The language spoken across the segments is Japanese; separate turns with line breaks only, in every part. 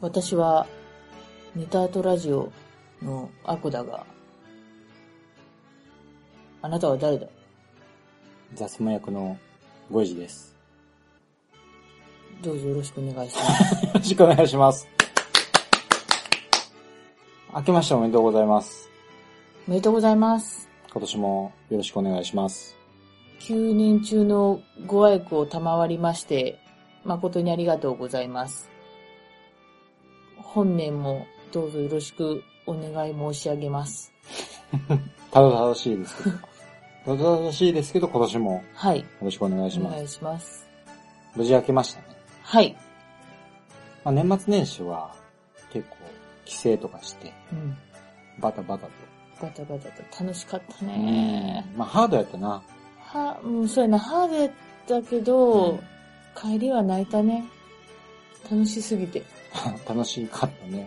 私はネタアートラジオのアクだがあなたは誰だ
ザスマ役のゴイジです。
どうぞよろしくお願いし ます
よろしくお願いします。明けましておめでとうございます。
おめでとうございます
今年もよろしくお願いします。
9人中のご愛顧を賜りまして、誠にありがとうございます。本年もどうぞよろしくお願い申し上げます。
ただただしいで すけど。ただただしいですけど、今年もよ
はい、
ろしくお願いし
お
ます。
願いします。
無事明けましたね。
はい。
まあ、年末年始は結構帰省とかして、
うん。
バタバタと。
バタバタと楽しかった
うん
ね。
まあハードやったな。
は、うん、そうやな、ハーデだけど、
うん
帰りは泣いたね。楽しすぎて。
楽しかったね。や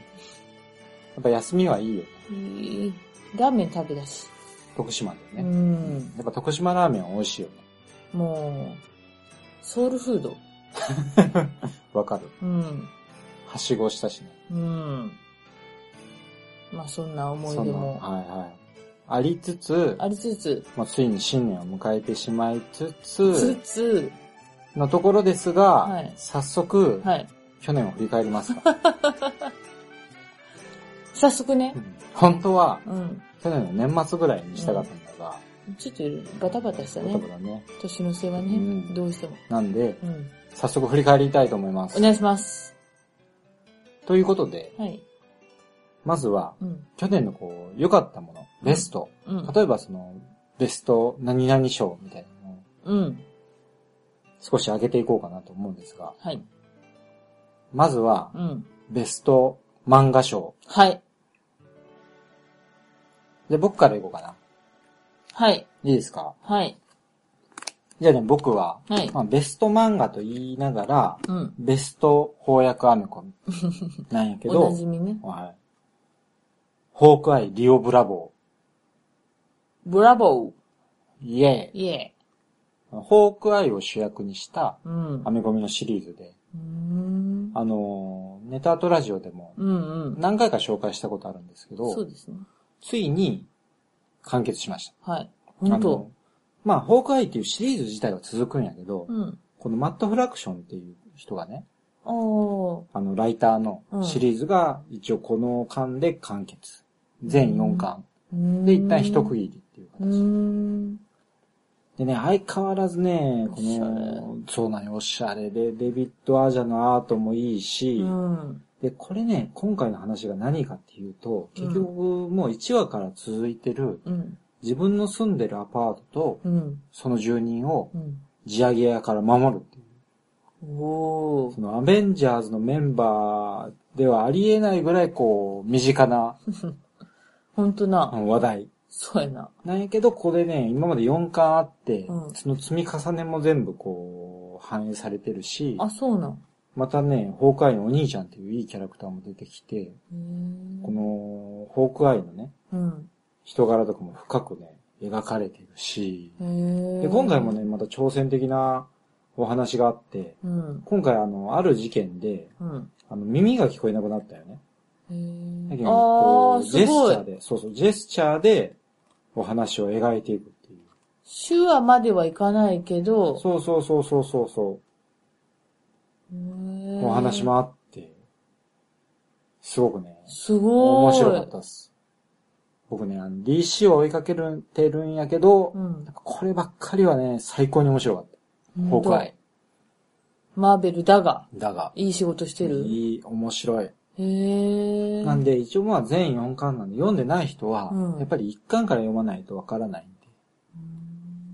っぱ休みはいいよね。
いいラーメン食べたし。
徳島で
う
ね。
ん。
やっぱ徳島ラーメンは美味しいよね。
もう、ソウルフード。
わかる。
うん。
はしごしたしね。
うん。まあそんな思い
そ
出
の
も
はいはい。ありつつ、
ありつつ、
まあ、ついに新年を迎えてしまいつ
つ
つ、
つ、
のところですが、
はい
早速、
はい。
去年を振り返りますか。
早速ね
う、ん本当は、
うん。
去年の年末ぐらいにしたかったんだが、
ちょっとバタバタしたね
バタ。バタね。
年の瀬はね、
うん
どうしても。
なんで、
うん。
早速振り返りたいと思いま
お
す。
願いします。
ということで、
はい。
まずは、
うん。
去年のこう、良かったもの、ベスト。
うん。
例えばその、ベスト何々賞みたいなの
う
を
ん。
少し上げていこうかなと思うんですが、
はい。
まずは
う、ん。
ベスト漫画賞。
はい。
で、僕からいこうかな。
はい。
いいですか
はい。
じゃあね、僕は、
はい。
まあ、ベスト漫画と言いながら、
うん。
ベスト翻訳アメコミなんやけ
お
ど
な、じみね。
はい。ホークアイ、リオ・ブラボ
ブラボー。
ー、イエーイ。
イエ
ホークアイを主役にした
ーイ。うん。
アメコミのシリーズで、
うん。
あのーネタアートラジオでも
うんうん。
何回か紹介したことあるんですけ
そう
ど、
ですね。
ついに完結しました。
はい。
あ
本当
の。まあ、ホークアイっていうシリーズ自体は続くんやけど、
うん。
このマット・フラクションっていう人がね、
おー。
あの、ライターのシリーズが一応この巻で完結。全4巻。
で
で、一旦一区切りっていう
うー
形。
ん。
でね、相変わらずね、こ
おしゃ
の、そうなんよ、おしゃれで、デビッド・アージャのアートもいいし、
うん。
で、これね、今回の話が何かっていうと、結局もう1話から続いてる、
うん。
自分の住んでるアパートと、
うん。
その住人を
うん。
地上げ屋から守るっていう。
おー
そ。のアベンジャーズのメンバーではありえないぐらいこう、身近な
ほんとな。
話題。
そうやな。
なんやけど、ここでね、今まで4巻あって、
うん
その積み重ねも全部こう、反映されてるし、
あ、そうなん。
またね、ホークアイのお兄ちゃんっていういいキャラクターも出てきて、
へー
この、ホークアイのね、
うん。
人柄とかも深くね、描かれてるし、
へー
で、今回も。ね、また挑戦的なお話があって、
うん。
今回あの、ある事件で、
うん。
あの、耳が聞こえなくなったよね。
へー
だけど
あ
こ
ー、
うジェ
す
スチ
ごい
ャー。で、そうそう、ジェスチャーでお話を描いていくっていう。
手話まではいかないけど、
そうそうそうそうそうそう。
お
お話。もあって、すごくね、
すご
面
い。
白かったっす。僕ね、あの DC を追いかけるてるんやけど
う、ん
なん。かこればっかりはね、最高に面白かった。
ほんと
崩壊。。
マーベルだが、
だが、
いい仕事してる。
いい、面白い。
へー
なんで、一応まあ全4巻なんで、読んでない人は
うん、
やっぱり1巻から読まないとわからないん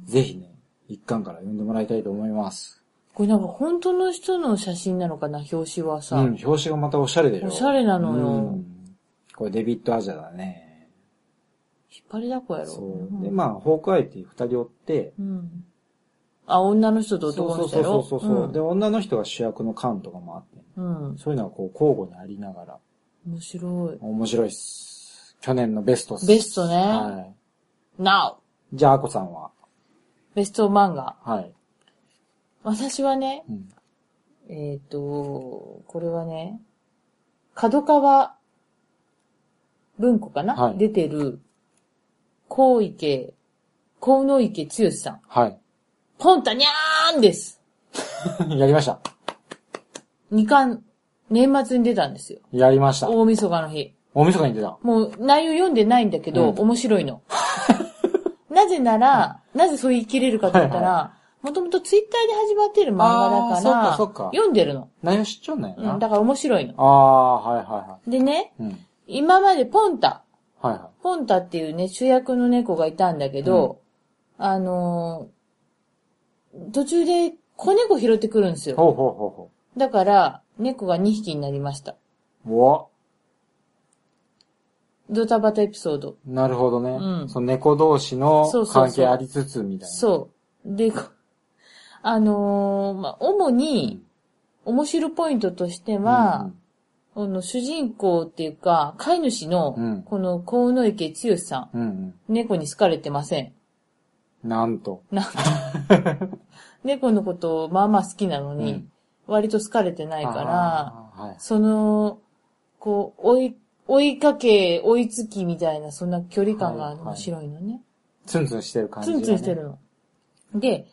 で、ぜひね、1巻から読んでもらいたいと思います。
これなんか本当の人の写真なのかな、表紙はさ。
うん、表紙がまたおしゃれでしょ。
おしゃれなのよ
うんこれデビッド・アジャだね。
引っ張りだこやろ。
そう。で、
ん
まあ、ホークアイっていう二人おって、
うん。あ、女の人と
そうそ
男の
う
人
そう
や
そ
ろ
うそうそう、で、女の人が主役の感とかもあって、
うん。うん
そういうのがこう交互にありながら、
面白い。
面白いっす。去年のベストっす。
ベストね
は
Now!
い。じゃあ、アコさんは
ベスト漫画。
はい。
私はね、
うん。
えっ、と、これはね、角川文庫かな、
はい
出てる、高池、高野池剛さん。
はい。
ポンタニャーンです。
やりました。
二巻、年末に出たんですよ。
やりました。
大晦日の日。
大晦日に出た。
もう内容読んでないんだけど、
うん
面白い の。なぜなら、なぜそう言い切れるかと言った
はい
ら、もともとツイッターで始まってる漫画だから
あー、そっかそっか
読んでるの。
内容知っちゃうんだよ
う
な。
ん、だから面白いの。
ああ、はいは
でね、
いはい。うん。
今までポンタ、
はいは
ポンタっていうね、主役の猫がいたんだけど、あのー途中で子猫拾ってくるんです
い。
よ。
ほうほうほうほ
だから、猫が2匹になりました。
う。うわ。
ドタバタエピソード。
なるほどね。
うん
その猫同士の
そうそうそう
関係ありつつみたいな。
そう。で、 こあのーまあ、主に、面白ポイントとしては、この主人公っていうか、飼い主
う
の
ん、
この幸野池剛さ
うん、うんうん
ん、猫に好かれてません。
うん。なんと。
なんか猫のことをまあまあ好きなの
う
に
ん、
割と好かれてないから、
あー。はい。
その、こう、追い、追いかけ、追いつきみたいな、そんな距離感が
はいはい
面白いのね。
ツンツンしてる感じ、
ツ
ね。
ンツンしてる。の。で、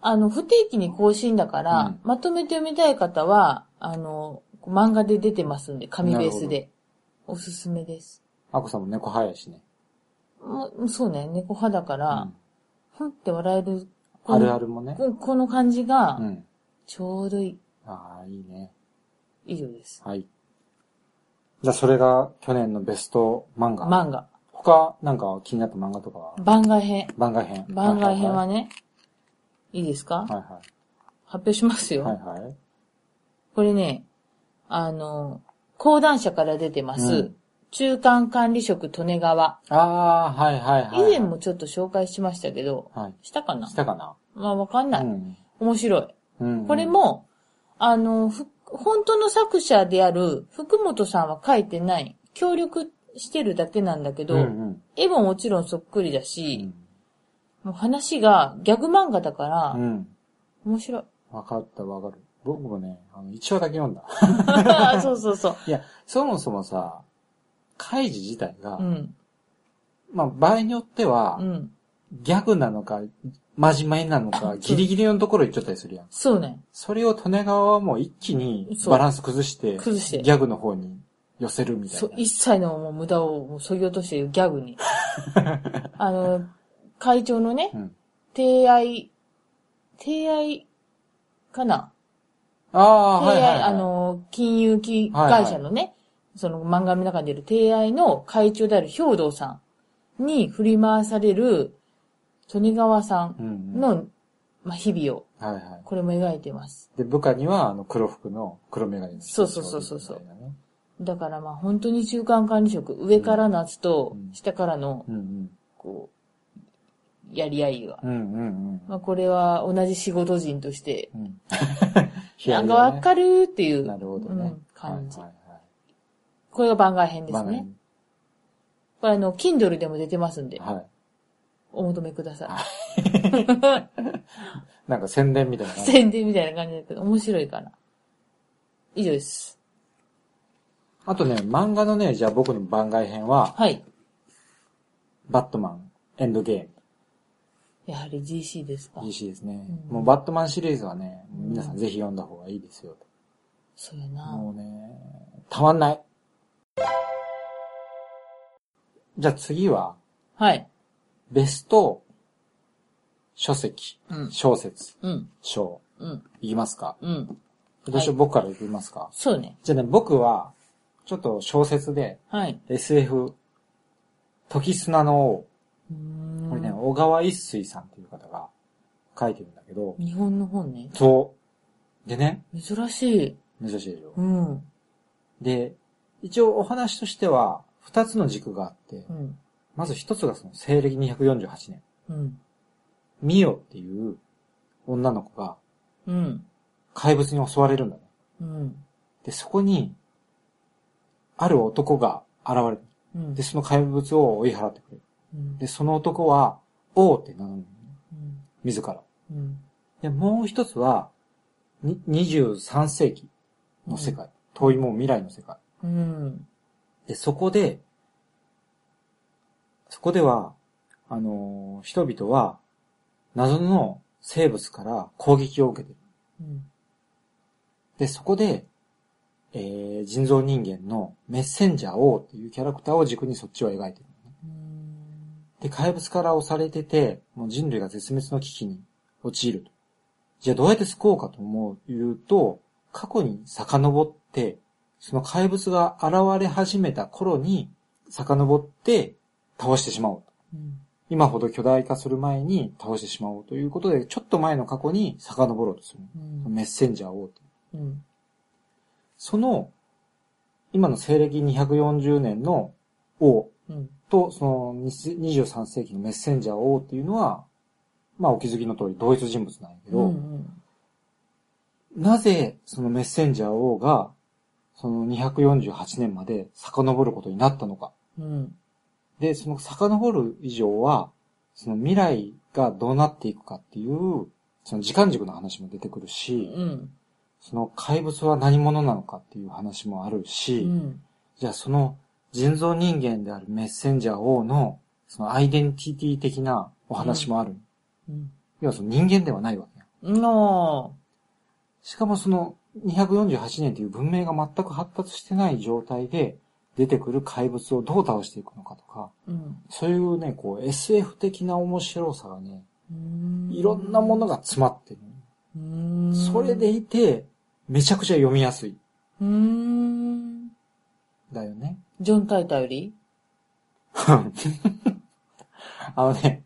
あの、不定期に更新だから、
うん
まとめて読みたい方は、あの、漫画で出てますんで、紙ベースで。おすすめです。
アコさんも猫早いしね。
もうそうね、猫派だか
う
ら
ん、
ふんって笑える。
あるあるもね。
この。この感じが
う、ん。
ちょうどいい。
ああ、いいね。
以上です。
はい。じゃあ、それが去年のベスト漫画。
漫画。
他、なんか気になった漫画とかは
番外編。
番外編。
番外編はいね、いいですか
はい
発
は
表します
い。
よ。
はいはい。はいはい。
これね、あの、講談社から出てます、
うん
中間管理職利根川。
ああー、はいはい
以
はい。
前も。ちょっと紹介しましたけど、
はい。
したかな
したかな
まあわかんない、
うん。
面白い。
うん。
これ、も、あの、ふ本当の作者である福本さんは書いてない。協力してるだけなんだけど、
うんうん。
絵ももちろんそっくりだ
う
し、
ん
もう話がギャグ漫画だから、
うん。
面白い。
わかったわかる。僕もね、あの、一話だけ読んだ。
そうそうそう。
いや、そもそもさ、カイジ自体が、
うん。
まあ場合によっては、
うん。
ギャグなのか、真面目なの
あそ
か、
う
ギリギリのところ行っちゃったりするやん。
そうね。
それを利根川はもう一気に
そう
バランス崩して、
崩して
ギャグの方に寄せるみたい
そ
な
う、。一切のもう無駄をもう削ぎ落としているギャ グに。あの、会長のね
う、ん。
提愛、提愛かな
ああ、
提
はい
愛、
はい、はい。
あ、の、金融機会社のね、その漫画の中に出る提愛の会長である兵道さんに振り回される利根川さ
うんん、うん。
の、まあ、日々を、
はいはい。
これも描いてます。
で、部下には、あの、黒服の黒メガネの人
そうそうそうそうそう
みたいなね
だからまあ本当に中間管理職、上からの圧と
うん
下からの、
うんうん。
こう、やり合いが。
うんうんうん。
まあ、これは同じ仕事人として、
うん。
なんかわか
る。
るっていう、
なるほどね。
うん感じ、
はいはいはい
これが番外編です
ま
ね。これあの、Kindle でも出てますんで、
あはい。
お求めくださ。
なんか宣伝みたいない感じ。
宣伝みたいな感じだけど、面白いから。以上です。
あとね、漫画のね、じゃあ僕の番外編は、
はい。
バットマン、エンドゲ
やはり GC です
ー
か
ム、。DC ですね。
うん
もうバットマンシリーズはね、皆さんぜひ読んだ方がいいですよ。
そうやな。
もうね、たまんない。じゃあ次は、
はい。
ベスト、書籍、
うん
小説、
うん。
章、
うん。
いきますか
うん。
どうしよう、僕からいきますか
そうね。
じゃあね、僕は、ちょっと小説で、
はい。
SF、時砂の王、
うーん
これね、小川一水さんっていう方が書いてるんだけど、
日本の本ね。
そでね、
珍しい。
珍しいでしょ
う。ん。
で、一応お話としては、二つの軸があって
う、ん。
まず一つがその西暦248年、
うん。
ミオっていう女の子が
うん。
怪物に襲われるんだね。
うん。
で、そこに、ある男が現れる。
うん。
で、その怪物を追い払ってくれる。
うん。
で、その男は、王って名乗るのね。
うん。
自ら。
うん。
で、もう一つは、に23世紀の世界。遠いもう未来の世界。
うん。
で、そこで、そこでは、あのー人々は、謎の生物から攻撃を受けてる。
うん。
で、そこで、えー、人造人間のメッセンジャー王っていうキャラクターを軸にそっちを描いてる。で、怪物から押されてて、もう人類が絶滅の危機に陥ると。じゃあどうやって救おうかと思う、言うと、過去に遡って、その怪物が現れ始めた頃に遡って倒してしまおうと。
うん。
今ほど巨大化する前に倒してしまおうということで、ちょっと前の過去に遡ろうとする。
うん。
メッセンジャーをって。
うん。
その、今の西暦240年の王
うん。
と、その23世紀のメッセンジャー王っていうのは、まあお気づきの通り同一人物なんやけど、
うん。
なぜそのメッセンジャー王が、その248年まで遡ることになったのか。
うん。
で、その遡る以上は、その未来がどうなっていくかっていう、その時間軸の話も出てくるし、
うん。
その怪物は何者なのかっていう話もあるし、
うん。
じゃあその人造人間であるメッセンジャー王の、そのアイデンティティ的なお話もある。
うん。
要はその人間ではないわけや。
な
しかもその248年という文明が全く発達してない状態で出てくる怪物をどう倒していくのかとか、
あ。うん。
そういうね、こう SF 的な面白さがね、
うん
いろんなものが詰まってる。
うん。
それでいて、めちゃくちゃ読みやすい。
うん。
だよね。
ジョン・タイタより
あのね、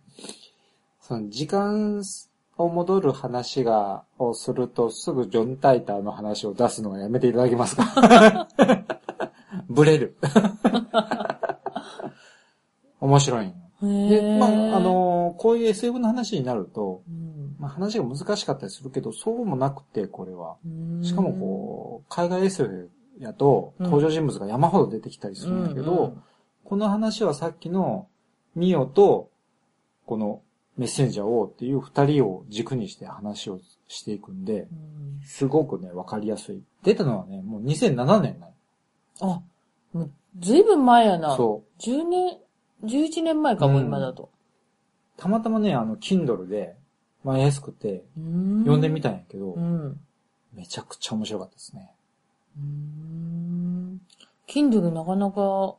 その時間を戻る話が、をするとすぐジョン・タイターの話を出すのはやめていただけますか ブレる。面白いんよ。で、まあ、あ、のーこういう SF の話になると、
うん
まあ、話が難しかったりするけど、そうもなくて、これは。
うん
しかもこう、海外 SF やと、
うん
登場人物が山ほど出てきたりするんだけど、
うんうん
この話はさっきのミオと、このメッセンジャー王っていう二人を軸にして話をしていくんで、
うん
すごくね、わかりやすい。出たのはね、もう2007年な
あ、もうずいぶん前やな。
の。そう。
10年、11年前かも、
うん
今だと。
たまたまね、あの、Kindle で、まあ安くて、
読
読んでみたん
い。
やけど、
うん。
めちゃくちゃ面白かったですね。
うん。Kindle なかなか、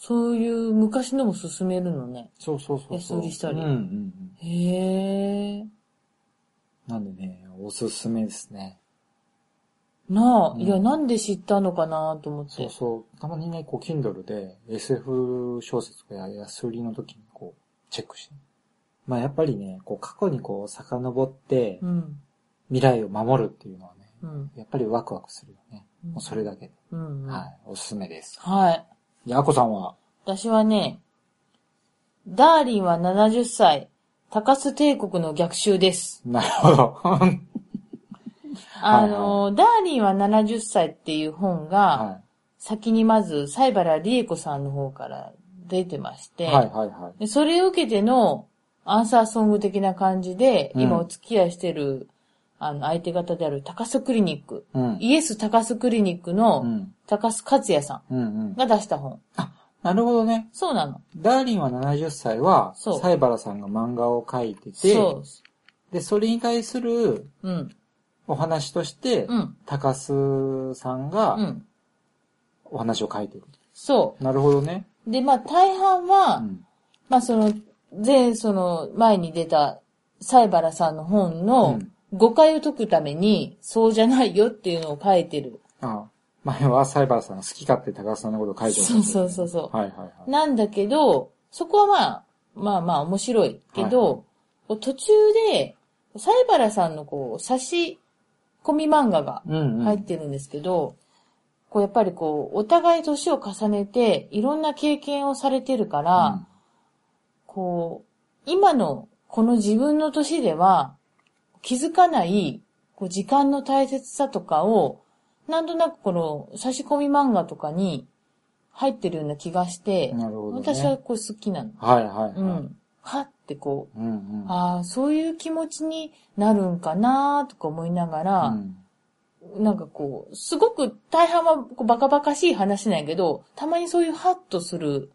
そういう昔のも進めるのね。
そうそうそうそ
安
う。
売りしたり
うんうんうん。
へえ。
なんでね、おすすめですね。
なあ、
うん
いや、なんで知ったのかなと思って。
そうそう。たまにね、こう、Kindle で SF 小説とか安売りの時にこう、チェックして。まあやっぱりね、こう、過去にこう、遡って、
うん。
未来を守るっていうのはね、
うん。
やっぱりワクワクするよね。
うん
もうそれだけで。
うん。うん
はい。おすすめです。
はい。
で、あこさんは、
私はね、ダーリンは70歳、高須帝国の逆襲です。
なるほ ど。
あの、ダーリンは70歳っていう本が、
は
先にまず、西原理恵子さんの方から出てまし
い。
て、
はいはいはい。
でそれを受けてのアンサーソング的な感じで、
うん
今お付き合いしてる、あの、相手方である高須クリニック、
うん。
イエス高須クリニック
う
の
ん。
高須克也さ
うんうん
ん。が出した本。
なるほどね。
そうなの。
ダーリンは70歳は、
そう
サイバラさんが漫画を描いてて、
そ
で、それに対する
う。うん。
お話として、
うん。
高須さん
う
が
ん。
お話を書いてる。
そ
なるほどね。
う。で、まあ、大半
う
は、
ん。
まあ、その、前、その、前に出た、西原さんの本の
うん
誤解を解くために、そうじゃないよっていうのを書いてる。
あ前はサイバーさんが好き勝手高須さんのことを書いてる。
そうそうそうそう
はいはいはい。
なんだけど、そこはまあ、まあまあ面白いけど、
はいはい
こう途中で、西原さんのこう、差しコミ漫画が
うん、うん。
入ってるんですけど、こうやっぱりこう、お互い年を重ねて、いろんな経験をされてるから、こう、今のこの自分の年では気づかないこう時間の大切さとかを、なんとなくこの差し込み漫画とかに入ってるような気がして、
なるほどね
私はこう好きなの。
はいはいはい。
う。ん。はってこう、
うんうん。
ああ、そういう気持ちになるんかなとか思いなが
う
ら、
ん
なんかこう、すごく大半はこうバカバカしい話なんやけど、たまにそういうハッとする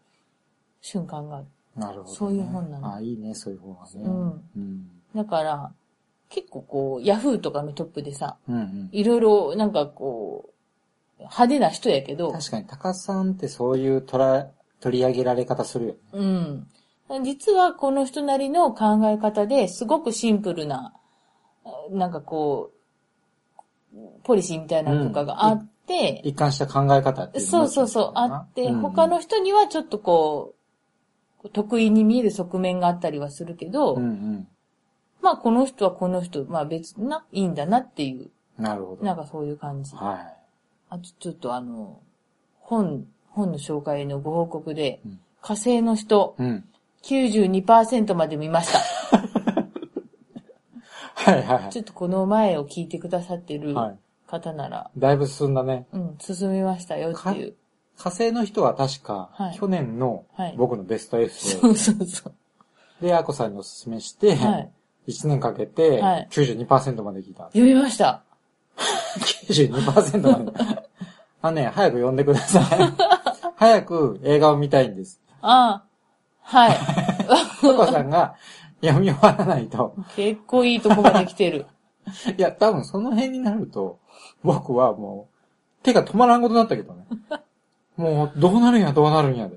瞬間がある。
なるほど、ね。
そういう本なの
あ、いいね、そういう本はね。
うん。
うん。
だから、結構こう、ヤフーとかのトップでさ、
うんうん。
いろいろなんかこう、派手な人やけど、
確かに、高須さんってそういうとら取り上げられ方するよね。
うん。実はこの人なりの考え方ですごくシンプルな、なんかこう、ポリシーみたいなのとかがあって、
一貫した考え方っていうの
そ
も
うそうそう、あって、
うんうん
他の人にはちょっとこう、得意に見える側面があったりはするけど、
うんうん。
まあこの人はこの人、まあ別にな、いいんだなっていう、
なるほど。
な
は
んかそういう感じ。
い。
あとちょっとあの、本、本の紹介のご報告で、
うん
火星の人、
うん。
92%まで見ました。
はいはいは
ちょっとこの前を聞いてくださって
い。
る
はい。
方なら、
だいぶ進んだね。
うん、進みましたよっていう。
火星の人は確か、
はい
去年の
はい
僕のベスト F
そうそうそ
で、アコさんにお勧めして、
う。はい。
1年かけて
はい
92%まで聞いた。
読みました。
92%まで。あのね、早く呼んでください。早く映画を見たいんです。
ああ、はい。
アコさんが読み終わらないと、
結構いいとこまで来てる。
いや、多分その辺になると、僕はもう、手が止まらんことになったけどね。もう、どうなるんや、どうなるんやで。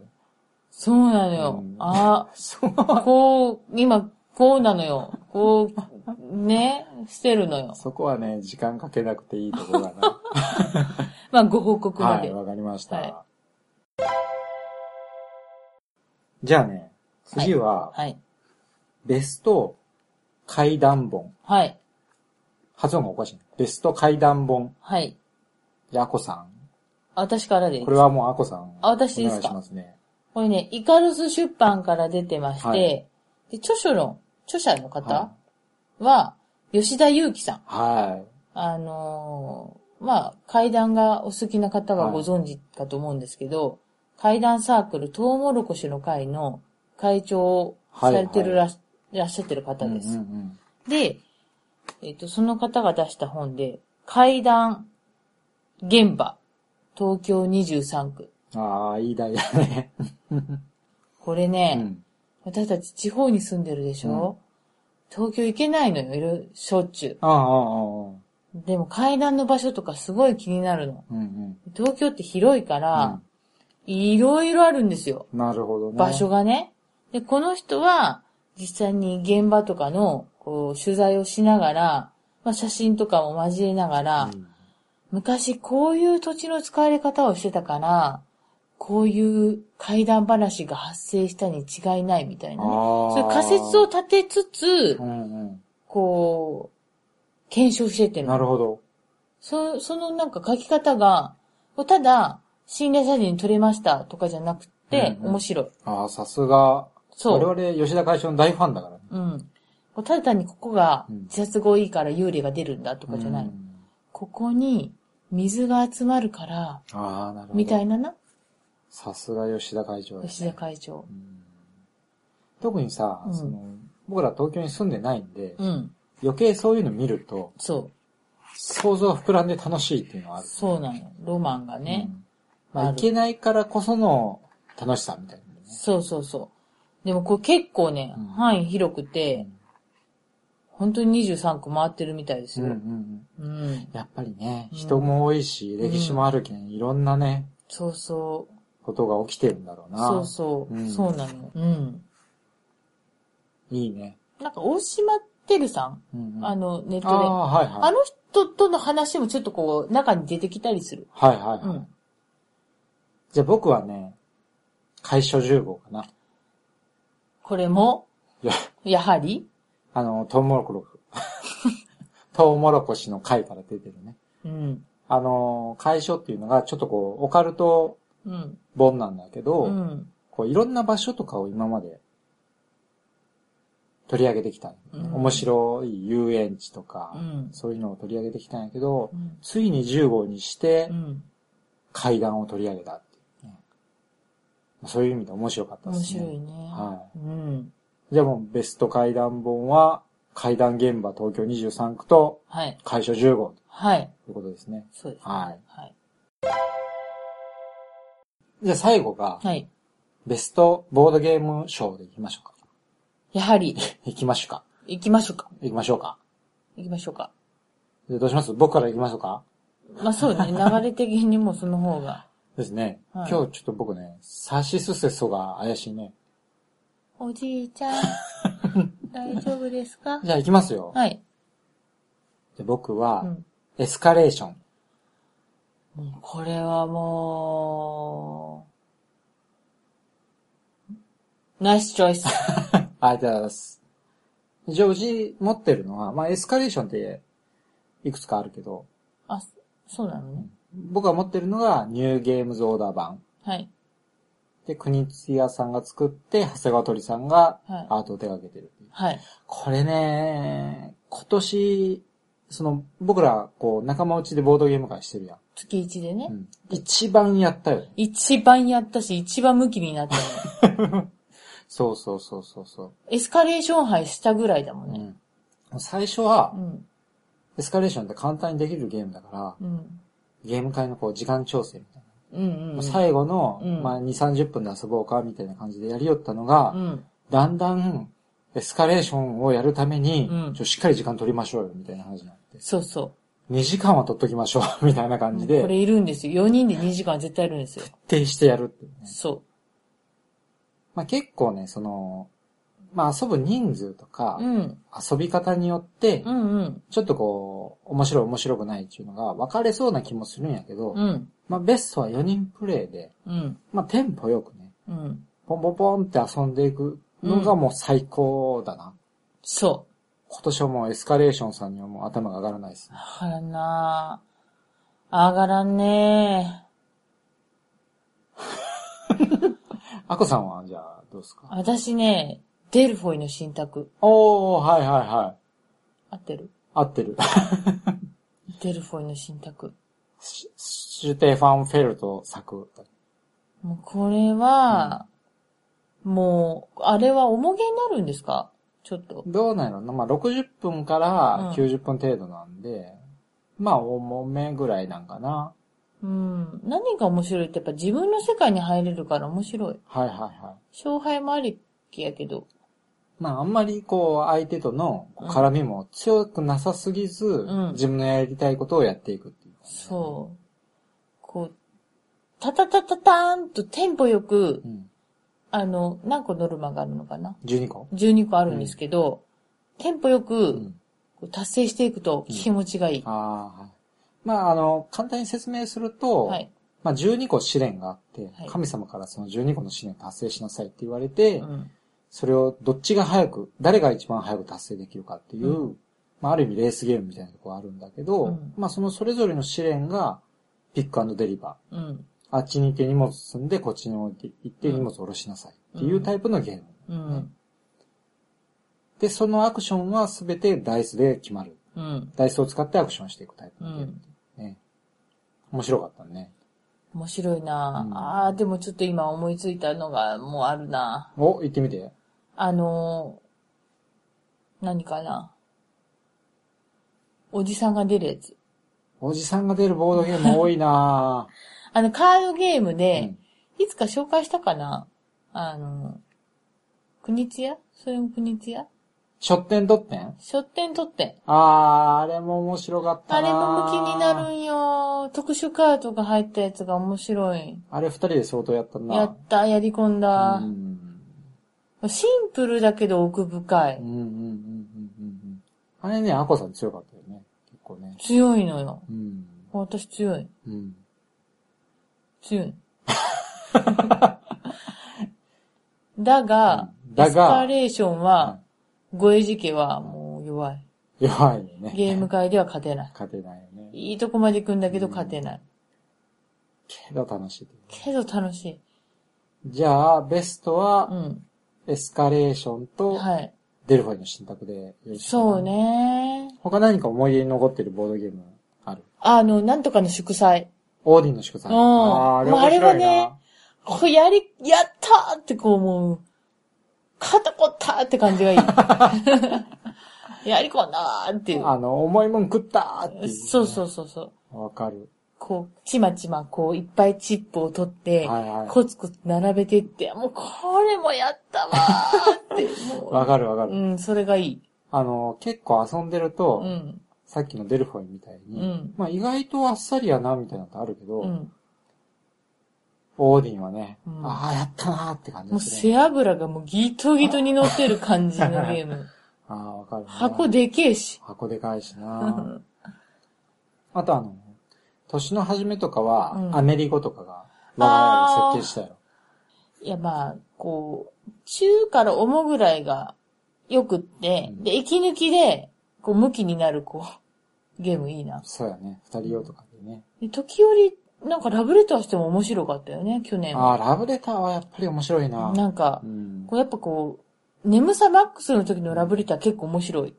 そうなの
う
よ
ん。
あ
そう。
あ、こう、今、こうなのよ。こう、ね、してるのよ。
そこはね、時間かけなくていいところだな。
まあ、ご報告ま
は
で。
い、わかりました。
は
じゃあね、次は、
はい。
ベスト怪談本。
はい。
発音がおかしいね。ベスト怪談本。
はい。
じゃあ、アコさん。
私からです。
これはもうアコさん。
あ私ですか
お願いしますね。
これね、イカロス出版から出てまして、
はい
で著書の、著者の方
は
は、吉田祐樹さん。
は
あのーまあ、階段がお好きな方は
はい
ご存知かと思うんですけど、階段サークル、トウモロコシの会の会長をされてるら,、いらっしゃってる
い。
方です。
うんうんうん
で、えっ、と、その方が出した本で、階段現場、東京23区。
ああ、いい題だね。
これ
う
ね、
ん。
私たち地方に住んでるでしょ、東京行けないのよ、いろ、しょっちゅ
ああ、ああ、ああ
う。でも階段の場所とかすごい気になるの。
うんうん。
東京って広いから、いろいろあるんですよ。
うんなるほどね。
場所がね。で、この人は、実際に現場とかの、こう、取材をしながら、まあ、写真とかも交えながら、
うん
昔こういう土地の使われ方をしてたから、こういう怪談話が発生したに違いないみたいなね。
ああ。
そういう仮説を立てつつ
う、んうん。
こう、検証してってる
な
の。
るほど。
そそのなんか書き方が、ただ、心霊写真撮れましたとかじゃなくて、
うんうん
面白い。
ああ、さすが。
そう
我々、吉田会長の大ファンだからね。
うん。こうただ単にここが
うん
自殺語いいから幽霊が出るんだとかじゃない。
うん
ここに水が集まるから、
ああ、なるほど。
みたいなな、
さすが吉田会長です
吉
ね
田会長
う。ん特にさ、
うん
その、僕ら東京に住んでないんで、
うん。
余計そういうの見ると、
そ
想像が膨らんで楽しいっていうのはあ
う。
る。
そうなの。ロマンがね。
うん。まあ、
あ
い
る
けないからこその楽しさみたいなね。
そうそうそう。でもこれ結構ね、
うん
範囲広くて、本当に23区回ってるみたいです
うん
よ。
うんうん。
うん。
やっぱりね、
うん
人も多いし、歴史もあるけん、いろんなね、
そうそ
ことが起きてるんだろう
う。
な。
そうそう。
うん
そうなの。うん。
いいね。
なんか、大島てるさん、
うんうん
あの、ネッ
あ
トで。
あ、はい
あ
はい。
の人との話もちょっとこう、中に出てきたりする。
はいはい、
う
はい
ん。
じゃあ僕はね、会所10号かな。
これも、
いや、
やはり、
あの、トウモロコロ。 トウモロコシの貝から出てるね。
うん。
あの、会所っていうのがちょっとこう、オカルト
うん。
本なんだけど、
うん。
こういろんな場所とかを今まで取り上げてきた、
うん
面白い遊園地とか、
うん
そういうのを取り上げてきたんやけど、
うん
ついに10号にして
うん。
階段を取り上げたっていうね、そういう意味で面白かったで
面
すね。
白いね。
は
うん。
じゃあもうベスト階段本は、階段現場東京23区と
はい。
会所10号
はい。
ということですね。
そうです。
はい。
はい。
じゃあ最後が、
はい。
ベストボードゲーム賞でいきましょうか。
やはり、
いきましょうか。
行きましょうか。
いきましょうか。
行きましょうか。
じゃあどうします僕からいきましょうか。
まあそう ね、流れ的にもその方が。
ですね。
はい
今日ちょっと僕ね、サシスセソが怪しいね。
おじいち ゃん、大丈夫ですか
じゃあ行きますよ。
はい。
で僕
う
は、
ん。
エスカレーション。
もうこれはもう、ナイスチョイス。
ありがとうございます。ジョージ持ってるのは、まあエスカレーションっていくつかあるけど、
あ、そうなのね。
僕が持ってるのがニューゲームズオーダー版。
はい。
で、国津屋さんが作って、長谷川鳥さんが
はい
アートを手掛けてる。
はい。
これね、今年、その、僕ら、こう、仲間内でボードゲーム会してるやん。
月1でね。
うん。一番やったよね。
一番やったし、一番ムキになった の。
そうそうそうそうそ
エスカレーション杯したぐらいだも
う。うん
ね。
ん。最初
う
は、
ん。
エスカレーションって簡単にできるゲームだから、
うん。
ゲーム会のこう、時間調整みたいな。
うん。うん。
もう最後の、
うん
まあ、2、30分で遊ぼうか、みたいな感じでやりよったのが、
うん。
だんだん、エスカレーションをやるために、
うん
ちょしっかり時間取りましょうよ、みたいな話になって。
そうそう。
2時間は取っときましょう、みたいな感じで、
これいるんですよ。4人で2時間絶対いるんですよ。
徹底してやるっていうね。
そ
まあ、結構ね、その、まあ、遊ぶ人数とか
う。う、ん。
遊び方によって
う、んうん。
ちょっとこう、面白い面白くないっていうのが分かれそうな気もするんやけど、
うん。
まあ、ベストは4人プレイで、
うん。
まあ、テンポよくね、
うん。
ポンポンポンって遊んでいくのがもう最高だな。
そ
今年はもうエスカレーションさんにはもう頭が上がらないです
う。
ね。
あらなあ上がらんねえ。
アコさんはじゃあ、どうですか
私ね、デルフォイの新宅。
おー、はいはいはい。
合ってる
合ってる。
デルフォイの新宅。
シシュテファンフェルト作。
もうこれは、もう、あれは重げになるんですかちょっと。
どうなんやろなまあ、60分から90分程度なんで、まあ、重めぐらいなんかな。
うん。何が面白いってやっぱ自分の世界に入れるから面白い。
はいはいは
勝敗もありきやけど。
い。まあ、あんまりこう、相手とのこう絡みも強くなさすぎず、
ん
自分のやりたいことをやっていくっていう感じだね、
そう。こう、タタタタターンとテンポよく、
うん。
あの、何個ノルマがあるのかな
12個
?12 個あるんですけど、テンポよく
ん
こう達成していくと気持ちがいい。
ああ、はい。まあ、あの、簡単に説明すると、
はい。
まあ、12個試練があって、
はい
神様からその12個の試練達成しなさいって言われて、
うん。
それをどっちが早く、誰が一番早く達成できるかっていう、
う
まあ、ある意味レースゲームみたいなとこあるんだけど、
うん
まあ、そのそれぞれの試練が、ピックデリバー。
うん。
あっちに行って荷物積んで、こっちに置いて行って荷物下ろしなさいっていうタイプのゲーム。
うん。
で、そのアクションはすべてダイスで決まる。
うん。
ダイスを使ってアクションしていくタイプ
う
のゲーム
ん。
ね。面白かったね。
面白いな、
うん
ああ、でもちょっと今思いついたのがもうあるな
お、行ってみて。
あのー何かなおじさんが出るやつ。
おじさんが出るボードゲーム多いなぁ。
あの、カードゲームで、
うん
いつか紹介したかなあの、国津屋それも国津屋
書店取ってん
書店取って。
あー、あれも面白かった
あ
な
れも向きになる
る。
んよ。特殊カードが入ったやつが面白い。
あれ二人で相当やったな。
やった、やり込んだ
う。ん。
シンプルだけど奥深
う
い
んうん。うんうんうんうん。あれね、アコさん強かったよね。結構ね。
強いのよ。
うん。
私強い。
うん。
強い。だが、
だが
エスカレーションは、
うん
ゴエジ家はもう弱い。
弱いね。
ゲーム界では勝てない。
勝てないよね。
いいとこまで行くんだけど勝てない。
けど楽しい。
けど楽しい。
じゃあ、ベスト
う
は、
ん。
エスカレーションと、
はい。
デルファイの新宅でよろしいかな
そう。ね。
他何か思い出に残ってるボードゲームある
あの、なんとかの祝祭。
オーディンの祝祭。
うん
あーあれ
もうあ
面
れ
白
はいね
な。
こうやり、やったーってこう思う。肩こったーって感じがいい。やりこんだーっていう。
あの、重いもん食ったーっていうね。
そうそうそうそう。
う。わかる。
こう、ちまちま、こう、いっぱいチップを取って、
はいはい
コツコツ並べてって、もうこれもやったわーって、も
わかるわか
う。
る。
うん、それがいい。
あの、結構遊んでると、
うん。
さっきのデルファイみたいに、
うん
まあ意外とあっさりやな、みたいなのってあるけど、
うん。
オーディンはね、
うん
ああ、やったなーって感じ
もう
ですね。
背脂がもうギトギトに乗ってる感じのゲー ム。
ああ、わかる、ね。
箱でけえし。
箱でかいし
う
な。
ん
あとあの、年の初めとかは、
うん
アメリゴとかが、我が家で設計したよ。
いや、まあ、こう、中から重ぐらいが良くって、
うん
で、息抜きで、こう、向きになる、こう、ゲームいいな。
そうやね。二人用とかでね。
で時折、なんかラブレターしても面白かったよね、去年
あ
は。
あ、ラブレターはやっぱり面白いな。
なんか
う、ん
こ。うやっぱこう、眠さマックスの時のラブレター結構面白い。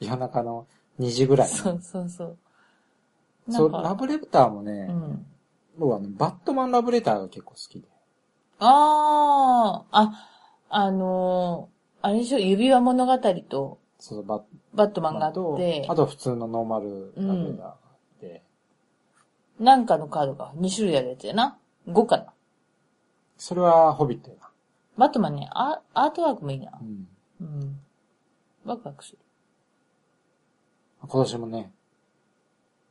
夜中の2時ぐらいに。
そうそうそう。な
そ
ん
う、ラ
か、
ブレターもね
う、ん。
僕はあのバットマンラブレターが結構好きで。
ああ、あ、あのーあれでしょ、指輪物語と
そう、バット
バットマンが
マ
あ
ンと
って、、
あと普通のノーマルラブレターがあって、
なんかのカードが2種類あるやつやな。5かな。
それはホビットやな。
バットマンね、アアートワークもいいな
う。ん。
うん。ワクワクする。
今年もね、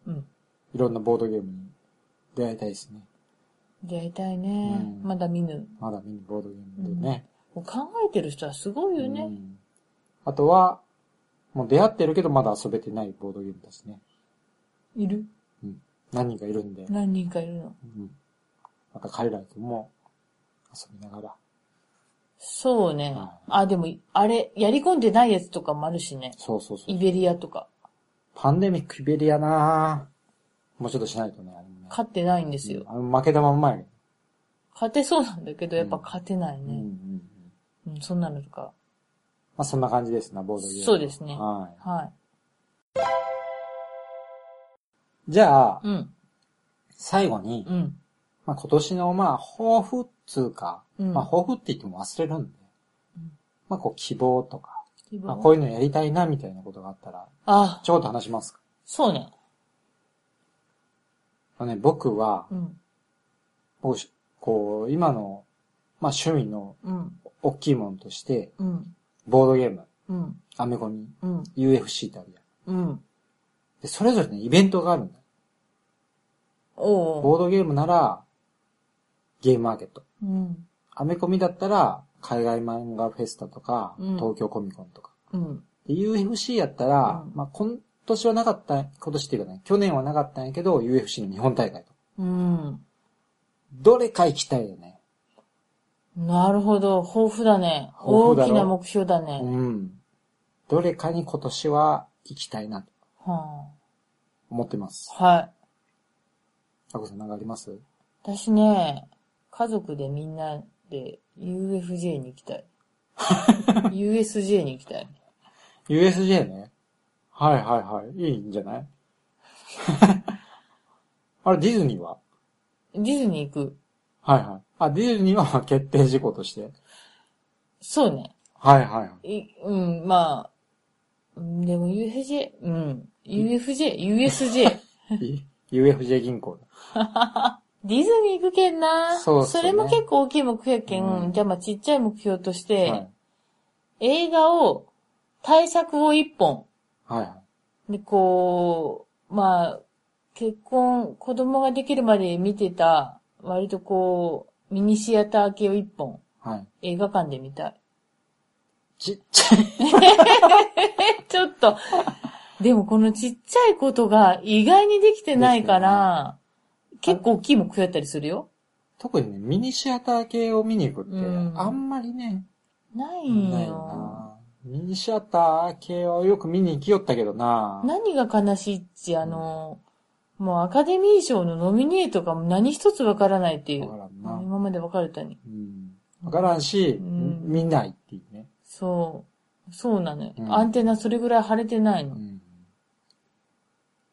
うん。
いろんなボードゲームに出会いたいですね。
出会いたいね。
うん
まだ見ぬ。
まだミニボードゲームでね。
もう考えてる人はすごいよね。
うんあとは、もう出会ってるけどまだ遊べてないボードゲームですね。
いる
うん。何人かいるんで、う
何人かいるの。
ん。また彼らとも遊びながら。
そうね
は。
あ、でも、あれ、やり込んでないやつとかもあるしね。
そうそうそ
イ
う。
ベリアとか。
パンデミックイベリアなぁもうちょっとしないとね、あれもね。
勝ってないんですよ。
あの負けたまんまやね。
勝てそうなんだけど、やっぱ勝てない
うんうんう
ね。
ん。
うん、そんなのとか。
まあそんな感じですな、ボードゲーム。
そうですね
は。
はい
じゃあ
い。、うん、
最後に、
うん、
まあ今年のまあ抱負っつうか、
うん
まあ抱負って言っても忘れるんで、
うん
まあこう希望とか、
希望
まあ、こういうのやりたいなみたいなことがあったら、
あ、
ちょこっと話しますか。
そうね。
あのね、僕は、
うん、
僕し、こう、今の、まあ趣味の
うん、
大きいものとして、
うん、
ボードゲーム、
うん、
アメコミ、
うん、
UFC ってあるやん。
うん。
で、それぞれね、イベントがあるんだよ。
お
ボ
う。
ードゲームなら、ゲームマーケット。
うん、
アメコミだったら、海外漫画フェスタとか、
うん
東京コミコンとか。
うん、
で UFC やったら、
うん
まあ今年はなかった、今年っていうかね、去年はなかったんやけど、UFC の日本大会と。
うん。
どれか行きたいよね。
なるほど。豊富だね。
豊富だ
大
ろ
きな目標だね。
うん。どれかに今年は行きたいなと
は
思ってます。
あ、はい。
あこさんなんかあります
私ね、家族でみんなで UFJ に行き たい。USJ に行きたい。
?USJ ね。はいはいはい。いいんじゃない あれ、ディズニーは
ディズニー行く。
はいはい。あ、ディズニーはまあ決定事項として。
そうね。
はいはいはい。
いうん、まあ、うんでも UFJ、うん。UFJ、USJ。
い UFJ 銀行だ。
ディズニー行くけんな。
そうっすね
れも結構大きい目標やけん。
うん
じゃあまあちっちゃい目標として、
はい。
映画を、対策を一本。
はいはい。
で、こう、まあ、結婚、子供ができるまで見てた、割とこう、ミニシアター系を一本、
はい。
映画館で見たい。
ちっちゃい。
え、ちょっと、でもこのちっちゃいことが意外にできてないから、結構大きいもん食やったりするよ。
特にね、ミニシアター系を見に行くって、
うん
あんまりね、
ない
ない
んよ。
なミニシアター系はよく見に行きよったけどな。
何が悲しいって、あの、もうアカデミー賞のノミネートが何一つわからないっていう。
わからんな
今までわかるたに。
うん。わからんし、
うん
見ないっていうね。
そう。そうなのよ。
うん
アンテナそれぐらい腫れてないうの。
ん。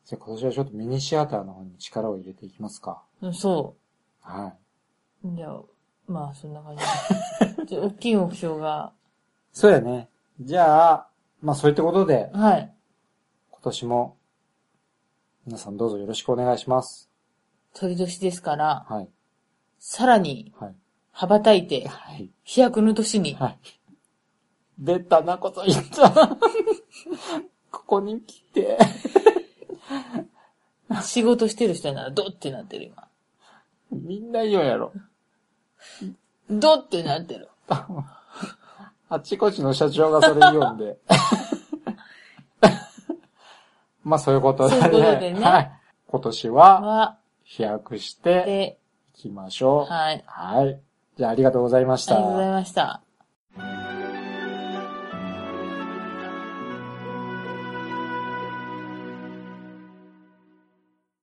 じゃあ今年はちょっとミニシアターの方に力を入れていきますか。
うん、そ
はい。
う。じゃあ、まあそんな感じ。 じゃあ大きい目標が。
そうやね。じゃあ、まあそういったことで、
はい。
今年も、皆さんどうぞよろしくお願いします。
鳥年ですから、
はい。
さらに
はい。
羽ばたいて、
はい。
飛躍の年に。
はい。出たなこと言った。 ここに来て。
仕事してる人ならドってなってる今。
みんな言うやろ。
ドってなってる。
あっちこっちの社長がそれ言うんで。 まあそういうことでね。
そういうことでね
はい。今年は
は、
飛躍して
で、
いきましょう。
はい。
はい。じゃあありがとうございまし
あ
た。
りがとうございました。